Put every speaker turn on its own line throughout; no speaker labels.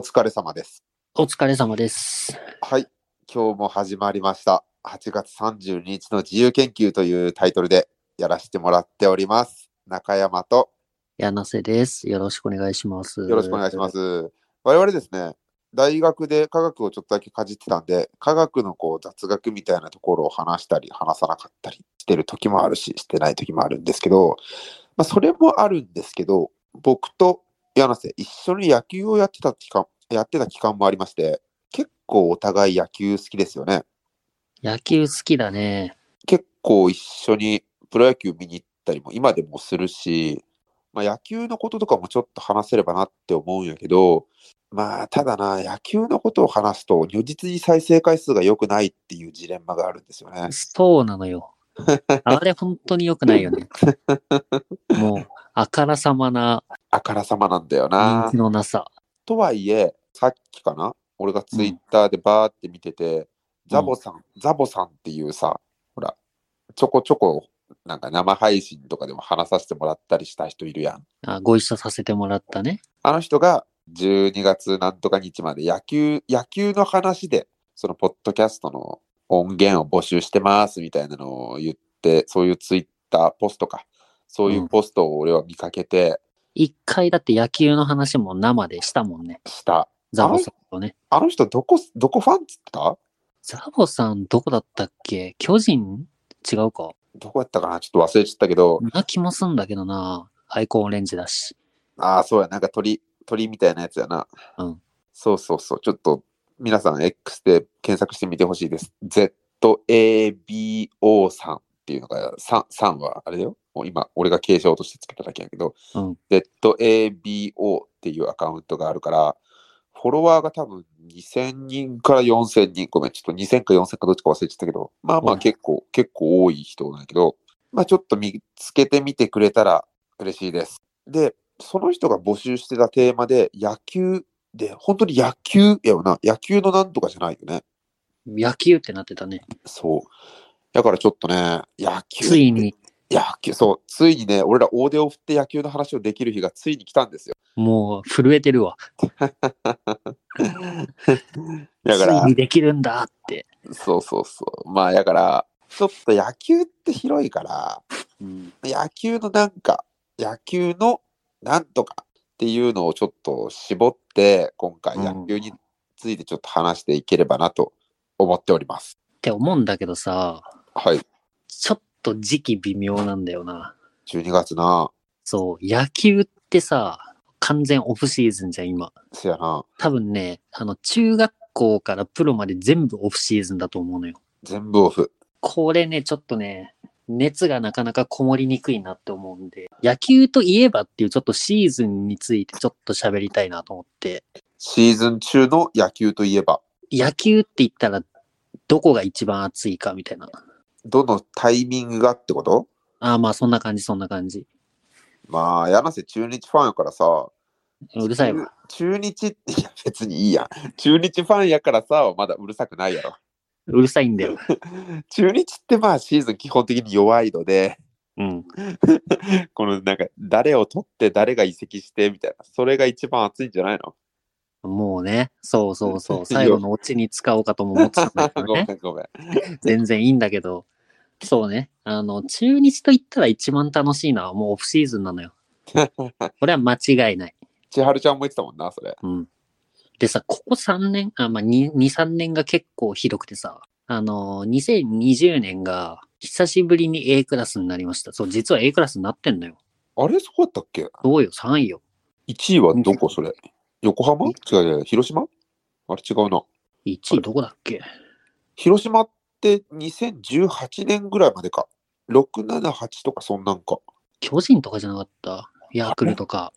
疲れ様です。
お疲れ様です。
はい。今日も始まりました。8月32日の自由研究というタイトルでやらせてもらっております。中山と
柳瀬です。よろしくお願いします。
よろしくお願いしま。す。我々ですね、大学で科学をちょっとだけかじってたんで、科学のこう雑学みたいなところを話したり、話さなかったりしてる時もあるし、してない時もあるんですけど、まあ、それもあるんですけど、僕と柳瀬、一緒に野球をやってた期間、やってた期間もありまして、結構お互い野球好きですよね。
野球好きだね。
結構一緒にプロ野球見に行ったりも今でもするし、まあ、野球のこととかもちょっと話せればなって思うんやけど、まあ、ただな、野球のことを話すと、如実に再生回数が良くないっていうジレンマがあるんですよね。
そうな のよ。あれ本当に良くないよね。もう、あからさまな
あからさまなんだよな
人気。のなさ。
とはいえ、さっきかな、俺がツイッターでバーって見てて、ザボさん、ザボさんっていうさ、ほら、ちょこちょこ、なんか生配信とかでも話させてもらったりした人いるやん。
あご一緒させてもらったね。
あの人が12月なんとか日まで野球、野球の話で、そのポッドキャストの音源を募集してますみたいなのを言って、そういうツイッターポストか、そういうポストを俺は見かけて
一回だって野球の話も生でしたもんね。
した。
ザボさんとね。
あの人どこ、どこファンっつってた
ザボさんどこだったっけ巨人違うか。
どこやったかなちょっと忘れちゃったけど、
な気もすんだけどな。アイコンオレンジだし。
ああ、そうや、なんか鳥、鳥みたいなやつやな。
うん
そうそうそう、ちょっと皆さん X で検索してみてほしいです。ZABO さんっていうのが、3, 3はあれだよ。もう今、俺が継承としてつけただけやけど、
うん
ZABO っていうアカウントがあるから、フォロワーが多分2000人から4000人、ごめん、ちょっと2000か4000かどっちか忘れちゃったけど、まあま
う
あ
ん
結構、結構多い人なんやけど、まあちょっと見つけてみてくれたら嬉しいです。で、その人が募集してたテーマで、野球で、本当に野球やよな、野球のなんとかじゃないよね。
野球ってなってたね。
そう。だからちょっとね、野球。
ついに、
野球、そう、ついにね、俺ら大手を振って野球の話をできる日がついに来たんですよ。
もう震えてるわ。
だか
つい
ら
に、できるんだって。
そうそうそう。まあ、だから、ちょっと野球って広いから、
うん、
野球のなんか、野球のなんとかっていうのをちょっと絞って、今回
うん
野球についてちょっと話していければなと思っております。
って思うんだけどさ、
はい。
ちょっと時期微妙なんだよな。
12月な、
そう、野球ってさ、完全オフシーズンじゃん、今。
せやな、
多分ね、あの、中学校からプロまで全部オフシーズンだと思うのよ。
全部オフ。
これね、ちょっとね、熱がなかなかこもりにくいなって思うんで、野球といえばっていうちょっとシーズンについてちょっと喋りたいなと思って、
シーズン中の野球といえば、
野球って言ったらどこが一番熱いかみたいな。
どのタイミングがってこと
ああ、まあそんな感じ、そんな感じ。
まあ、柳瀬中日ファンやからさ、
うるさいわ。
中中日って、いや別にいいやん。中日ファンやからさ、はまだうるさくないやろ。
うるさいんだよ。
中日ってまあシーズン基本的に弱いので、
うん。
このなんか誰を取って誰が移籍してみたいな、それが一番熱いんじゃないの
もうね、そうそう そ
よ
う、最後のオチに使おうかとも思ってたんだけど
ごめん
ね、
ごめん。
全 然いいんだけど、そうね、あの、中日と言ったら一番楽しいのはもうオフシーズンな のよ。これは間違いない。
千春ちゃんも言ってたもんな、それ。
うん。でさ、ここ3年、あ、まあ、2、2 3年が結構ひどくてさ、あの、2020年が久しぶりに A クラスになりました。そう、実は A クラスになってんのよ。
あれそうだったっけ
どうよ、3位よ。
?1 位はどこそれ横浜違う違う、広島あれ違うな。
1位どこだっけ
広島って2018年ぐらいまでか。678とかそんなんか。
巨人とかじゃなかったヤクルトか。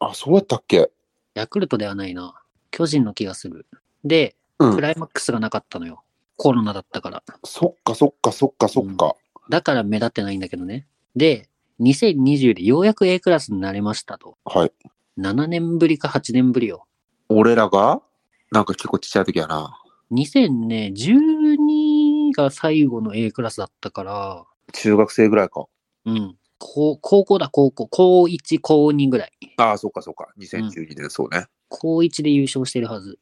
あ、そうだったっけ
ヤクルトではないな。巨人の気がする。で、
う
ク
ん。
ライマックスがなかったのよ。コロナだったから。
そっかそっかそっかそっか。
だから目立ってないんだけどね。で、2020でようやく A クラスになれましたと。
はい。
7年ぶりか8年ぶりよ。
俺らがなんか結構ちっちゃい時やな。
2012が最後の A クラスだったから、
中学生ぐらいか。
うん。高高校だ、高校。高1、高2ぐらい。
ああ、そっかそっか。2012年、そうね。
高1で優勝してるはず。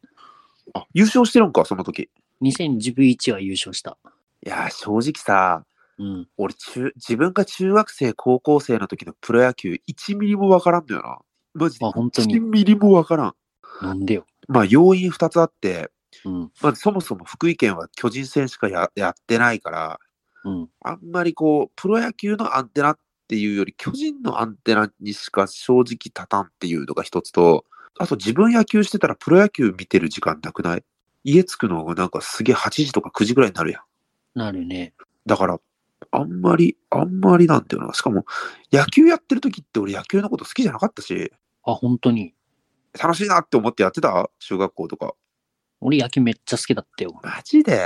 あ、優勝してるんか、その時。
2011は優勝した。
いやー、正直さ、
うん。
俺中、自分が中学生、高校生の時のプロ野球、1ミリもわからんのよな。マジで。
あ、本当に
1。ミリもわからん。
なんでよ。
まあ、要因2つあって、
うん。
まあ、そもそも福井県は巨人戦しかややってないから、
うん。
あんまりこう、プロ野球のアンテナっていうより、巨人のアンテナにしか正直立たんっていうのが一つと、あと自分野球してたらプロ野球見てる時間なくない家着くのがなんかすげえ8時とか9時ぐらいになるやん。
なるね。
だから、あんまり、あんまりなんていうのしかも、野球やってる時って俺野球のこと好きじゃなかったし、
あ、本当に。
楽しいなって思ってやってた中学校とか。
俺野球めっちゃ好きだったよ。
マジで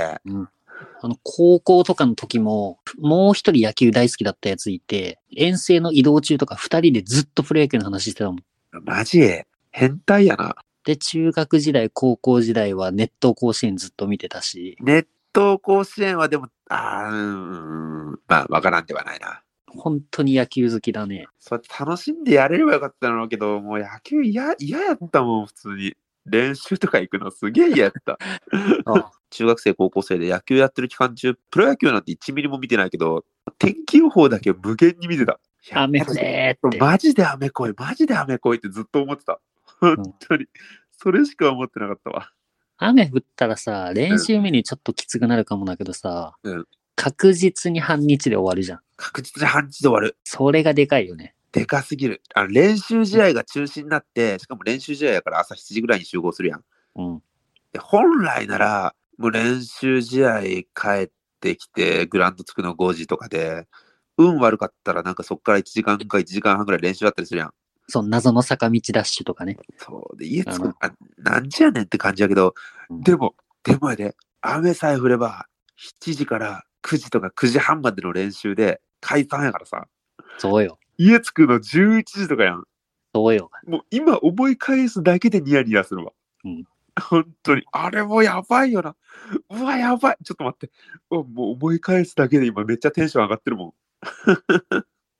あの、高校とかの時も、もう一人野球大好きだったやついて、遠征の移動中とか二人でずっとプロ野球の話してたもん。
マジ変態やな。
で、中学時代、高校時代は熱湯甲子園ずっと見てたし、
熱湯甲子園はでも、あーうん、うんまあ、わからんではないな。
本当に野球好きだね。
そうやって楽しんでやれればよかったのけど、もう野球嫌嫌やったもん、普通に。練習とか行くのすげえ嫌やった。
あ
中学生、高校生で野球やってる期間中、プロ野球なんて1ミリも見てないけど、天気予報だけを無限に見てた。
雨降れーって。
マジで雨来い、マジで雨来いってずっと思ってた。本当に。それしか思ってなかったわ。
雨降ったらさ、練習メニューちょっときつくなるかもだけどさ、
うん
確実に半日で終わるじゃん。
確実に半日で終わる。
それがでかいよね。
でかすぎる。あの練習試合が中止になって、しかも練習試合やから朝7時ぐらいに集合するやん。
うん。
で本来なら、もう練習試合帰ってきて、グラウンド着くの5時とかで、運悪かったらなんかそっから1時間か1時間半ぐらい練習だったりするやん。
そう、謎の坂道ダッシュとかね。
そう。で、家着
う
く
ん、
あ、なんじゃねんって感じやけど、
うん
でも、でもやで、雨さえ降れば、7時から9時とか9時半までの練習で解散やからさ、
そうよ。
家着くの11時とかやん。
そうよ。
もう今思い返すだけでニヤニヤするわ。
うん
本当に。あれもやばいよな。うわ、やばい。ちょっと待って。うわもう思い返すだけで今めっちゃテンション上がってるも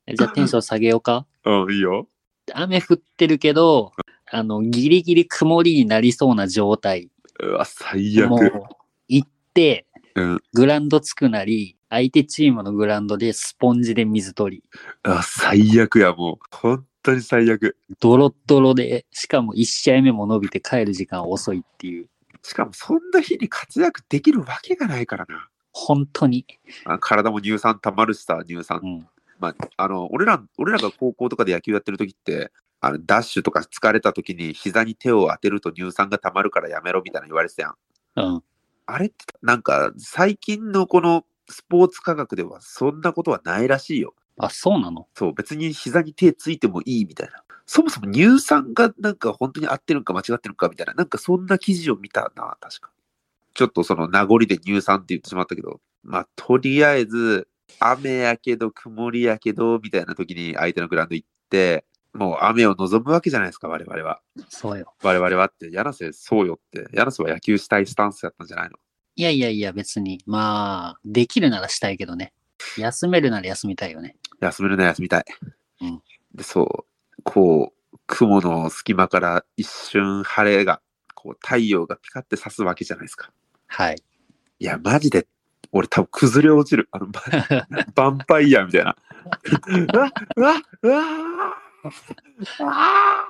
え じゃあテンション下げようか。
ん。うん、いいよ。
雨降ってるけど、あの、ギリギリ曇りになりそうな状態。
うわ、最
もう
悪。、
行って、
うん。
グラウンドつくなり、相手チームのグラウンドでスポンジで水取り、
うわ、最悪や、もう。本当に最悪。
ドロッドロで、しかも1試合目も伸びて帰る時間遅いっていう、
しかもそんな日に活躍できるわけがないからな。
本当に。
あ体も乳酸溜まるしさ、乳酸
う。ん。
まあ、あの、俺ら、俺らが高校とかで野球やってる時って、あのダッシュとか疲れた時に膝に手を当てると乳酸が溜まるからやめろみたいなの言われてたやん。
うん。
あれってなんか最近のこのスポーツ科学ではそんなことはないらしいよ。
あ、そうなの
そう、別に膝に手ついてもいいみたいな。そもそも乳酸がなんか本当に合ってるのか間違ってるのかみたいな、なんかそんな記事を見たな、確か。ちょっとその名残で乳酸って言ってしまったけど、まあとりあえず雨やけど曇りやけどみたいな時に相手のグラウンド行って、もう雨を望むわけじゃないですか、我々は。
そうよ。
我々はって、柳瀬そうよって、柳瀬は野球したいスタンスやったんじゃないの
いやいやいや、別に。まあ、できるならしたいけどね。休めるなら休みたいよね。
休めるなら休みたい、
うん
でそうこう雲の隙間から一瞬晴れがこう太陽がピカって差すわけじゃないですか
はい。
いやマジで俺多分崩れ落ちるあのバ バンパイアみたいなうわうわうわーあ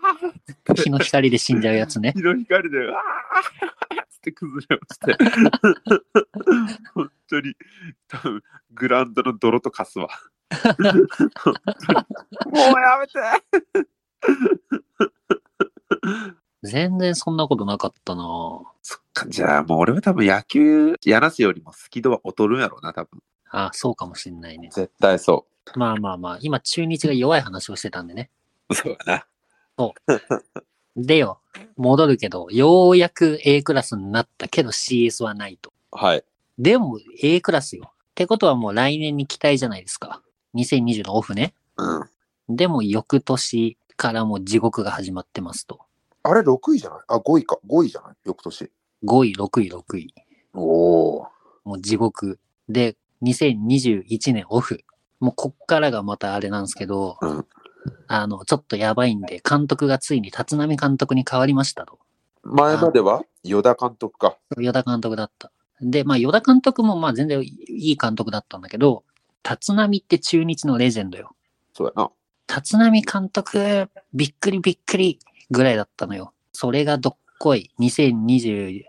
ー
日の光で死んじゃうやつね。
日の光で、わーって崩れ落ちて、本当に、多分グラウンドの泥とか すわ。本当にもうやめて
全然そんなことなかったなぁ
そっか、じゃあもう俺は多分野球やらすよりもスキドは劣るんやろうな、多分。
あ、そうかもしんないね。
絶対そ
まあまあまあ、今中日が弱い話をしてたんでね。
う。そうだな。
でよ、戻るけど、ようやく A クラスになったけど CS はないと。
はい。
でも A クラスよ。ってことはもう来年に期待じゃないですか。2020のオフね。
うん。
でも翌年からもう地獄が始まってますと。
あれ6位じゃないあ、5位か。5位じゃない翌年。
5位、6位、6位。
おお。
もう地獄。で、2021年オフ。もうこっからがまたあれなんですけど、
うん
あの、ちょっとやばいんで、監督がついに立浪監督に変わりましたと。
前までは与田監督か。
与田監督だった。で、まあ、与田監督もまあ全然いい監督だったんだけど、立浪って中日のレジェンドよ。
そうやな。
立浪監督、びっくりびっくりぐらいだったのよ。それがどっこい。2022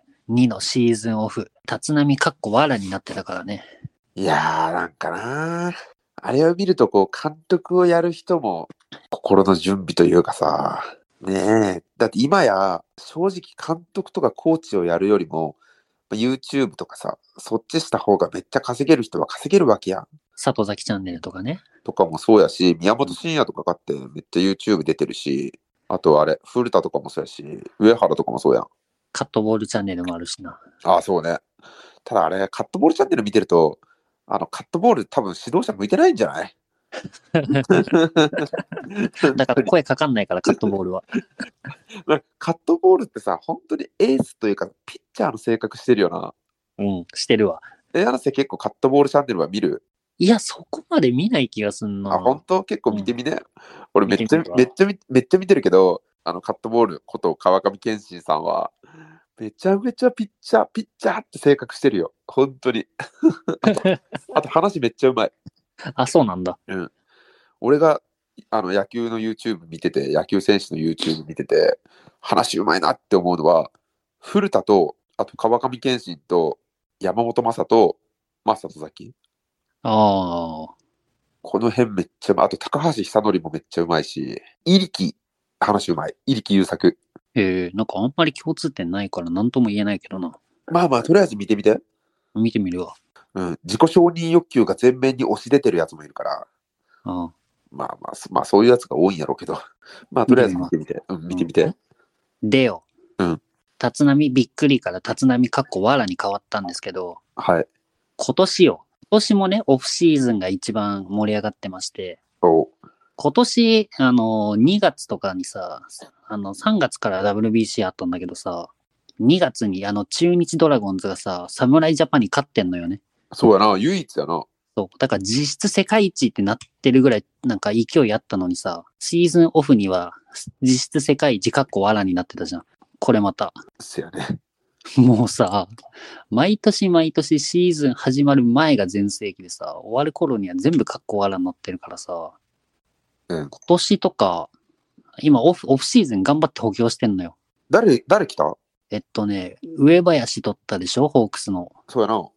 のシーズンオフ。立浪かっこわらになってたからね。
いやー、なんかなー。あれを見ると、こう、監督をやる人も、心の準備というかさ、ねえ。だって今や、正直監督とかコーチをやるよりも、まあ YouTube とかさ、そっちした方がめっちゃ稼げる人は稼げるわけやん。
里崎チャンネルとかね。
とかもそうやし、宮本慎也とかかってめっちゃ YouTube 出てるし、あとあれ、古田とかもそうやし、上原とかもそうやん。
カットボールチャンネルもあるしな。
ああ、そうね。ただあれ、カットボールチャンネル見てると、あの、カットボール多分指導者向いてないんじゃ ない
だから声かかんないから、カットボールは。
なんかカットボールってさ、本当にエースというか、ピッチャーの性格してるよな。
うん、してるわ。
え、柳瀬結構カットボールチャンネルは見る。
いや、そこまで見ない気がすん
あ、
な。
本当結構見てみね。俺めっちゃ
見てみるわ
めっちゃ見めっちゃ見てるけど、あのカットボールこと川上健信さんは、めちゃめちゃピッチャー、ピッチャーって性格してるよ。本当 に。あと話めっちゃうまい。
あ、そうなんだ。
俺があの野球の YouTube 見てて、野球選手の YouTube 見てて、話うまいなって思うのは、古田と、あと川上健信と山本昌と正人崎。
ああ。
この辺めっちゃうまい。あと高橋久典もめっちゃうまいし、入力、話うまい。入力優作。
えー、なんかあんまり共通点ないから何とも言えないけどな。
まあまあ、とりあえず見てみて。
見てみるわ。
うん。自己承認欲求が前面に押し出てるやつもいるから、
ああ
まあまあ、そまあそういうやつが多いんやろうけど、 まあとりあえず見てみて。うん、見てみて。。
でよ。
うん。
立浪びっくりから立浪かっこわらに変わったんですけど、
はい。
今年よ。今年もね、オフシーズンが一番盛り上がってまして、
お
今年、あの、2月とかにさ、あの、3月から WBC あったんだけどさ、2月にあの、中日ドラゴンズがさ、侍ジャパンに勝ってんのよね。
そうやな、唯一やな。
そう。だから実質世界一ってなってるぐらい、なんか勢いあったのにさ、シーズンオフには、実質世界一かっこわらになってたじゃん。これまた。
せやね。
もうさ、毎年毎年シーズン始まる前が全盛期でさ、終わる頃には全部かっこわらになってるからさ、
うん
今年とか、今オフ、オフシーズン頑張って補強してんのよ。
誰、誰来た
えっとね、上林取ったでしょ、ホークスの。
そうやな。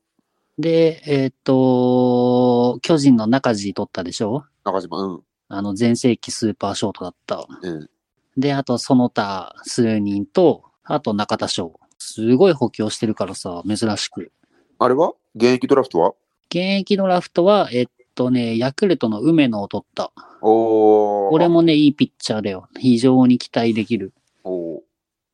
で、えっと、巨人の中地取ったでしょ
中島、うん。
あの、全盛期スーパーショートだった。
うん。
で、あとその他数人と、あと中田翔。すごい補強してるからさ、珍しく。
あれは現役ドラフトは
現役ドラフトは、えっとね、ヤクルトの梅野を取った。
おー。
これ。もね、いいピッチャーだよ。非常に期待できる。
おー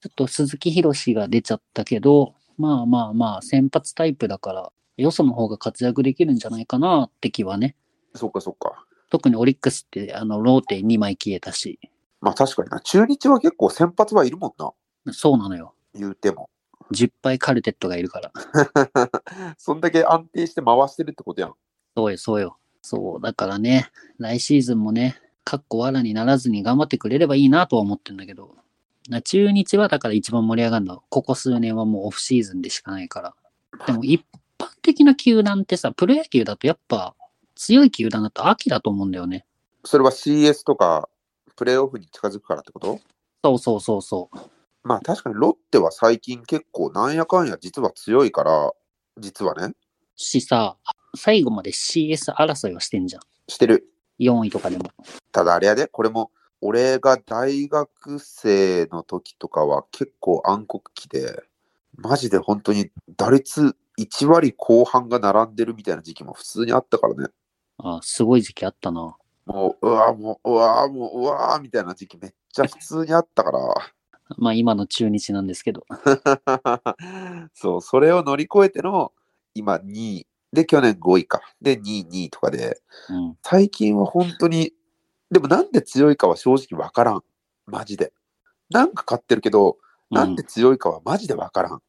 ちょっと鈴木博士が出ちゃったけど、まあまあまあ、先発タイプだから、よその方が活躍できるんじゃないかなって気はね。
そっかそっか。
特にオリックスって、あの、ローテ2枚消えたし。
まあ確かにな。中日は結構先発はいるもんな。
そうなのよ。
言うても。
10敗カルテットがいるから。
そんだけ安定して回してるってことやん。
そうよ、そうよ。そう、だからね、来シーズンもね、かっこわらにならずに頑張ってくれればいいなとは思ってんだけど、な中日はだから一番盛り上がるのは、ここ数年はもうオフシーズンでしかないから。でも一般的な球団ってさ、プロ野球だとやっぱ強い球団だと秋だと思うんだよね。
それは CS とか、プレーオフに近づくからってこと
そうそうそうそう。
まあ確かにロッテは最近結構なんやかんや実は強いから、実はね、
しさ、最後まで CS 争いはしてんじゃん。
してる。
4位とかでも。
ただあれやで、これも、俺が大学生の時とかは結構暗黒期で、マジで本当に打率1割後半が並んでるみたいな時期も普通にあったからね。
あすごい時期あったな。
もう、うわもう、うわもう、うわみたいな時期めっちゃ普通にあったから。
まあ今の中日なんですけど。
そう、それを乗り越えての、今2位。で、去年5位か。で、2位、2位とかで、
うん。
最近は本当に、でもなんで強いかは正直わからん。マジで。なんか買ってるけど、なんで
うん
強いかはマジでわからん。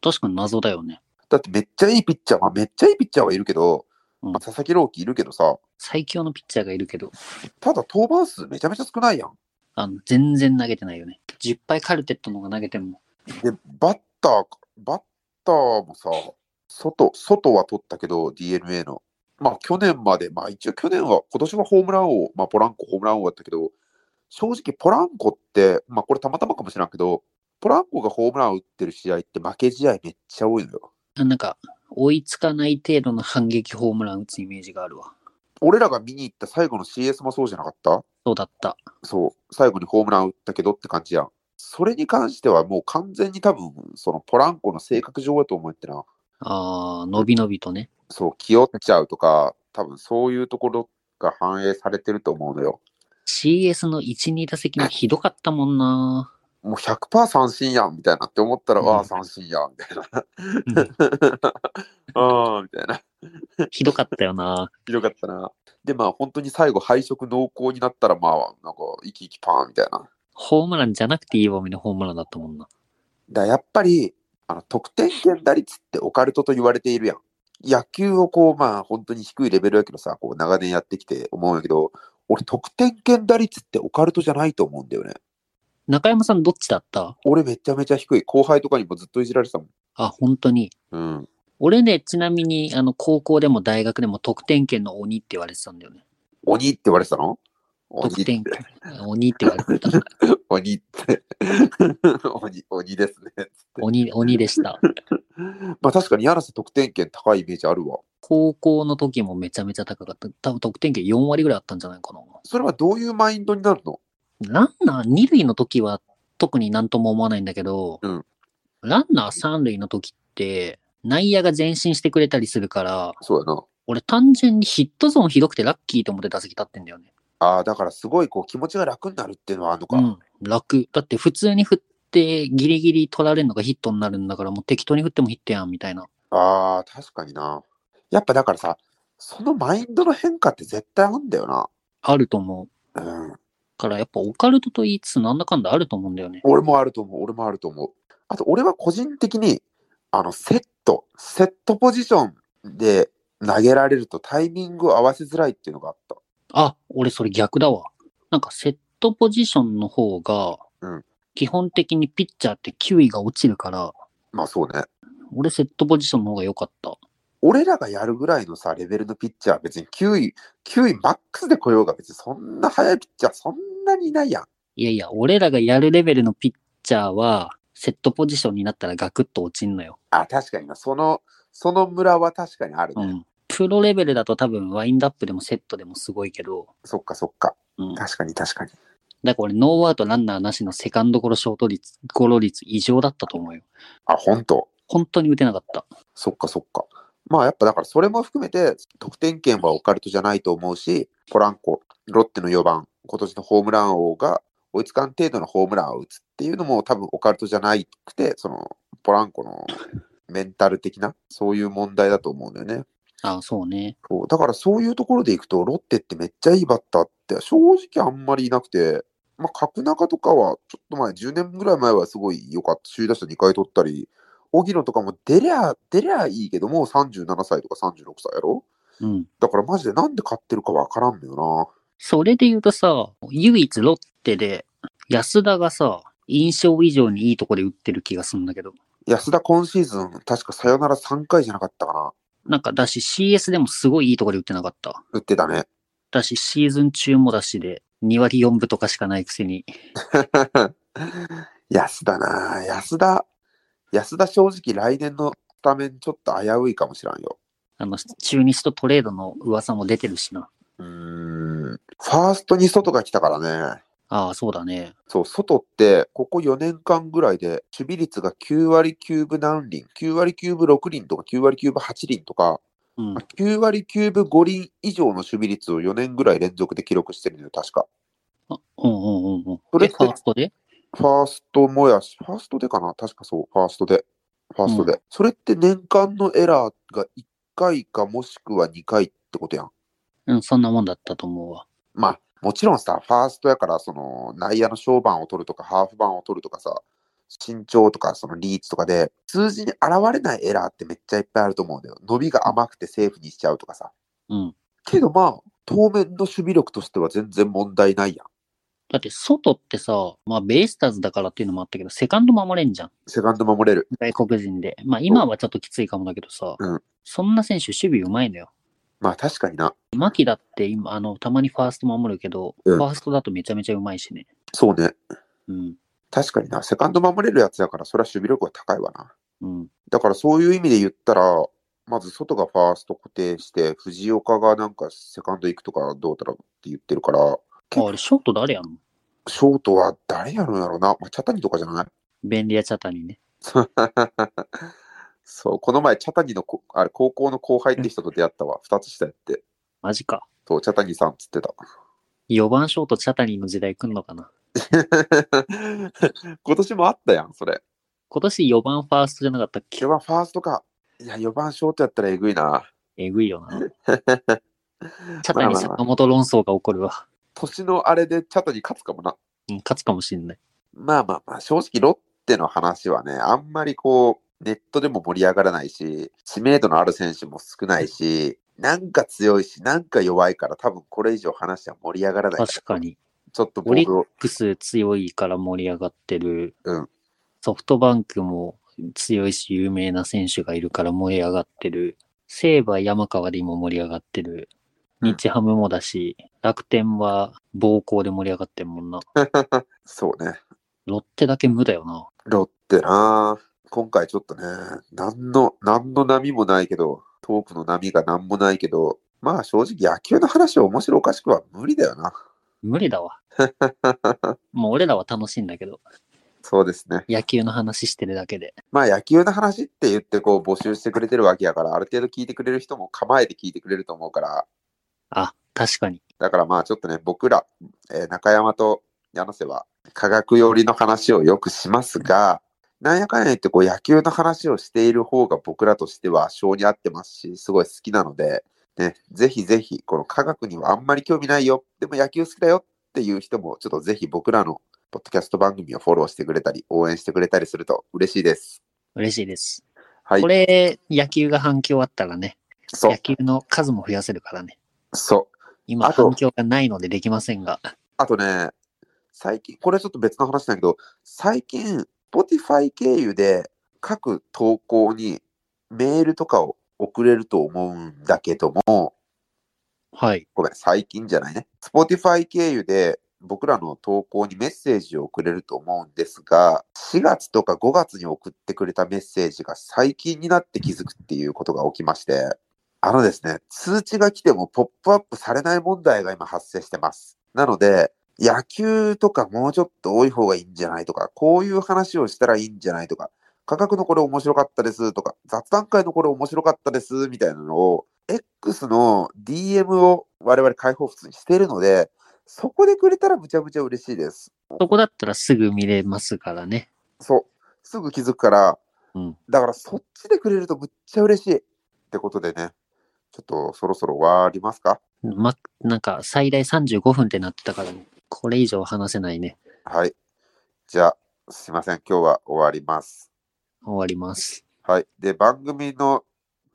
確かに謎だよね。
だってめっちゃいいピッチャーは、めっちゃいいピッチャーはいるけど、
うん
まあ、佐々木朗希いるけどさ、
最強のピッチャーがいるけど、
ただ登板数めちゃめちゃ少ないやん。
あの、全然投げてないよね。10敗カルテットの方が投げても、
で、バッター、バッターもさ、外、外は取ったけど、DNA の。まあ、去年まで、まあ一応去年は、今年はホームラン王、まあ、ポランコホームラン王だったけど、正直ポランコって、まあこれたまたまかもしれんけど、ポランコがホームランを打ってる試合って負け試合めっちゃ多いのよ。
なんか、追いつかない程度の反撃ホームラン打つイメージがあるわ。
俺らが見に行った最後の CS もそうじゃなかった
そうだった。
そう、最後にホームラン打ったけどって感じやん。それに関してはもう完全に多分、そのポランコの性格上やと思うってな。
あー、伸び伸びとね。
そう、気負っちゃうとか、多分そういうところが反映されてると思うのよ。
CS の1、2打席もひどかったもんな。
もう100%三振やんみたいなって思ったら、
うん
わあ、三振やんみたい な。ああ、みたいな。
ひどかったよな。
ひどかったな。で、まあ本当に最後、配色濃厚になったら、まあ、なんか、生き生きパーンみたいな。
ホームランじゃなくていい場面でホームランだったもんな。
だやっぱりあの得点圏打率ってオカルトと言われているやん。野球をこうまあ本当に低いレベルやけどさこう長年やってきて思うんやけど俺得点圏打率ってオカルトじゃないと思うんだよね。
中山さんどっちだった
俺めちゃめちゃ低い後輩とかにもずっといじられてたもん。
あ、本当に。
うん、
俺ね、ちなみに、あの、高校でも大学でも得点圏の鬼って言われてたんだよね。
鬼って言われてたの鬼
得点圏。鬼って言われてた。
鬼って。 鬼鬼ですね。
鬼、鬼でした。
まあ確かに柳瀬得点圏高いイメージあるわ。
高校の時もめちゃめちゃ高かった。多分得点圏4割ぐらいあったんじゃないかな。
それはどういうマインドになるの
ランナー2塁の時は特になんとも思わないんだけど、
うん
ランナー3塁の時って内野が前進してくれたりするから、
そうやな。
俺単純にヒットゾーンひどくてラッキーと思って打席立ってんだよね。
ああだからすごいこう気持ちが楽になるっていうのはあるのか。
うん、楽。だって普通に振ってギリギリ取られるのがヒットになるんだからもう適当に振ってもヒットやんみたいな。
ああ、確かにな。やっぱだからさ、そのマインドの変化って絶対あるんだよな。
あると思う。
うん。
からやっぱオカルトと言いつつなんだかんだあると思うんだよね。
俺もあると思う、俺もあると思う。あと、俺は個人的に、あの、セット、セットポジションで投げられるとタイミングを合わせづらいっていうのがあった。
あ、俺それ逆だわ。なんかセットポジションの方が
うん、
基本的にピッチャーって球威が落ちるから、
まあそうね。
俺セットポジションの方が良かった。
俺らがやるぐらいのさ、レベルのピッチャー、別に9位、9位マックスで来ようが、別にそんな速いピッチャー、そんなにいないやん。
いやいや、俺らがやるレベルのピッチャーは、セットポジションになったらガクッと落ちんのよ。
あ、確かにな。その、その村は確かにある
う
ね。
ん。プロレベルだと多分ワインドアップでもセットでもすごいけど、
そっかそっか。
うん。だか
確かに確かに。
ら俺ノーアウトランナーなしのセカンドゴロショート率、ゴロ率異常だったと思うよ。
あ、本当。
本当に打てなかった。
そっかそっか。まあやっぱだからそれも含めて得点圏はオカルトじゃないと思うし、ポランコ、ロッテの4番、今年のホームラン王が追いつかん程度のホームランを打つっていうのも多分オカルトじゃなくて、そのポランコのメンタル的なそういう問題だと思うんだよね。
ああ、そうね。
そうだからそういうところでいくと、ロッテってめっちゃいいバッターって正直あんまりいなくて、まあ角中とかはちょっと前、10年ぐらい前はすごい良かった。首位打者2回取ったり、荻野とかも出りゃ、出りゃいいけども、37歳とか36歳やろ
うん。
だからマジでなんで勝ってるかわからんのよ
それで言うとさ、唯一ロッテで、安田がさ、印象以上にいいとこで打ってる気がするんだけど。
な。安田今シーズン、確かサヨナラ3回じゃなかったかな。
なんかだし CS でもすごいいいとこで打ってなかった。
打ってたね。
だし、シーズン中もだしで、2割4分とかしかないくせに。
安田なあ安田、安田正直来年のスタメンちょっと危ういかもしらんよ。
あの、中日とトレードの噂も出てるしな。
うーんファーストに外が来たからね。
ああ、そうだね。
そう、外って、ここ4年間ぐらいで、守備率が9割9分何厘、9割9分6厘とか、9割9分8厘とか、
うん。
9割9分5厘以上の守備率を4年ぐらい連続で記録してるのよ、確か。
あうんうんうんうん。
それ
で、
って
ファーストで
ファーストもやし、ファーストでかな確かそう、ファーストで。ファーストで。それって年間のエラーが1回かもしくは2回ってことやん。
うん、そんなもんだったと思うわ。
まあ、もちろんさ、ファーストやから、その、内野の小判を取るとか、ハーフ番を取るとかさ、身長とか、そのリーチとかで、数字に現れないエラーってめっちゃいっぱいあると思うんだよ。伸びが甘くてセーフにしちゃうとかさ。
うん。
けどまあ、当面の守備力としては全然問題ないやん。
だって、外ってさ、まあ、ベイスターズだからっていうのもあったけど、セカンド守れんじゃん。
セカンド守れる。
外国人で。まあ、今はちょっときついかもだけどさ、
うん
そんな選手、守備うまいのよ。
まあ確かにな。
牧だって今、あの、たまにファースト守るけど、
うん
ファーストだとめちゃめちゃうまいしね。
そうね。
うん。
確かにな。セカンド守れるやつだから、それは守備力が高いわな。
うん。
だからそういう意味で言ったら、まず外がファースト固定して、藤岡がなんかセカンド行くとかどうだろうって言ってるから、
ああれ、ショート誰やんの
ショートは誰やるんやろうな。まあ、チャタニとかじゃない
便利やチャタニね。
そう、この前、チャタニのこあれ高校の後輩って人と出会ったわ。2つ下やって。
マジか。
そう、チャタニさんっつってた。
4番ショートチャタニの時代来んのかな。
今年もあったやん、それ。
今年4番ファーストじゃなかったっけ
4番ファーストか。いや、4番ショートやったらえぐいな。
えぐ いよな。チ
まあ
ャタ
まあま
ニ
あ
坂本論争が起こるわ。
年のあれでチャタニ勝つかもな。
うん、勝つかもしんない。
まあまあまあ、正直ロッテの話はね、あんまりこう、ネットでも盛り上がらないし、知名度のある選手も少ないし、なんか強いし、なんか弱いから、多分これ以上話は盛り上がらない。
確かに。
ちょっと
オリ
僕
ッ
を、
クス強いから盛り上がってる。
うん
ソフトバンクも強いし、有名な選手がいるから盛り上がってる。西武は山川で今盛り上がってる。
うん
日ハムもだし、楽天は暴行で盛り上がってるもんな。
そうね、
ロッテだけ無だよな。
ロッテな今回ちょっとね、何の、何の波もないけど、トークの波が何もないけど、まあ正直野球の話は面白おかしくは無理だよな。
無理 だわ。もう俺らは楽しいんだけど、
そうですね。
野球の話してるだけで。
まあ野球の話って言ってこう募集してくれてるわけやから、ある程度聞いてくれる人も構えて聞いてくれると思うから、
あ、確かに。
だからまあちょっとね、僕ら、えー中山と柳瀬は科学寄りの話をよくしますが、なんやかんや言ってこう野球の話をしている方が僕らとしては性に合ってますし、すごい好きなので、ね、ぜひぜひ、この科学にはあんまり興味ないよ、でも野球好きだよっていう人も、ちょっとぜひ僕らのポッドキャスト番組をフォローしてくれたり、応援してくれたりすると嬉しいです。
嬉しいです。
はい
こ。れ、野球が反響あったらね、
そう
野球の数も増やせるからね。
そう。
今、
あと
反響がないのでできませんが。
あとね、最近、これちょっと別の話なんだけど、最近、Spotify 経由で各投稿にメールとかを送れると思うんだけども、
はい。
ごめん、最近じゃないね。Spotify 経由で僕らの投稿にメッセージを送れると思うんですが、4月とか5月に送ってくれたメッセージが最近になって気づくっていうことが起きまして、あのですね、通知が来てもポップアップされない問題が今発生してます。なので、野球とかもうちょっと多い方がいいんじゃないとか、こういう話をしたらいいんじゃないとか、価格のこれ面白かったですとか、雑談会のこれ面白かったですみたいなのを、X の DM を我々開放室にしているので、そこでくれたらむちゃむちゃ嬉しいです。
そこだったらすぐ見れますからね。
そう。すぐ気づくから、
うん
だからそっちでくれるとむっちゃ嬉しい。ってことでね、ちょっとそろそろ終わりますか
ま、なんか、最大35分ってなってたから、これ以上話せないね。
はい。じゃあ、すいません。今日は終わります。
終わります。
はい。で、番組の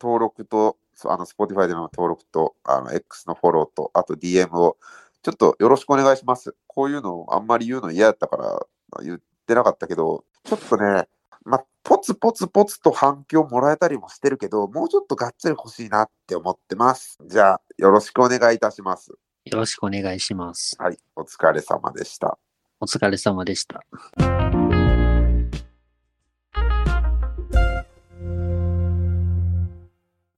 登録と、そうあの、Spotify での登録と、あの、X のフォローと、あと DM を、ちょっとよろしくお願いします。こういうの、あんまり言うの嫌やったから、言ってなかったけど、ちょっとね、まあ、ポツポツポツと反響もらえたりもしてるけど、もうちょっとがっつり欲しいなって思ってます。じゃあ、よろしくお願いいたします。
よろしくお願いします。
はい。お疲れ様でした。
お疲れ様でした。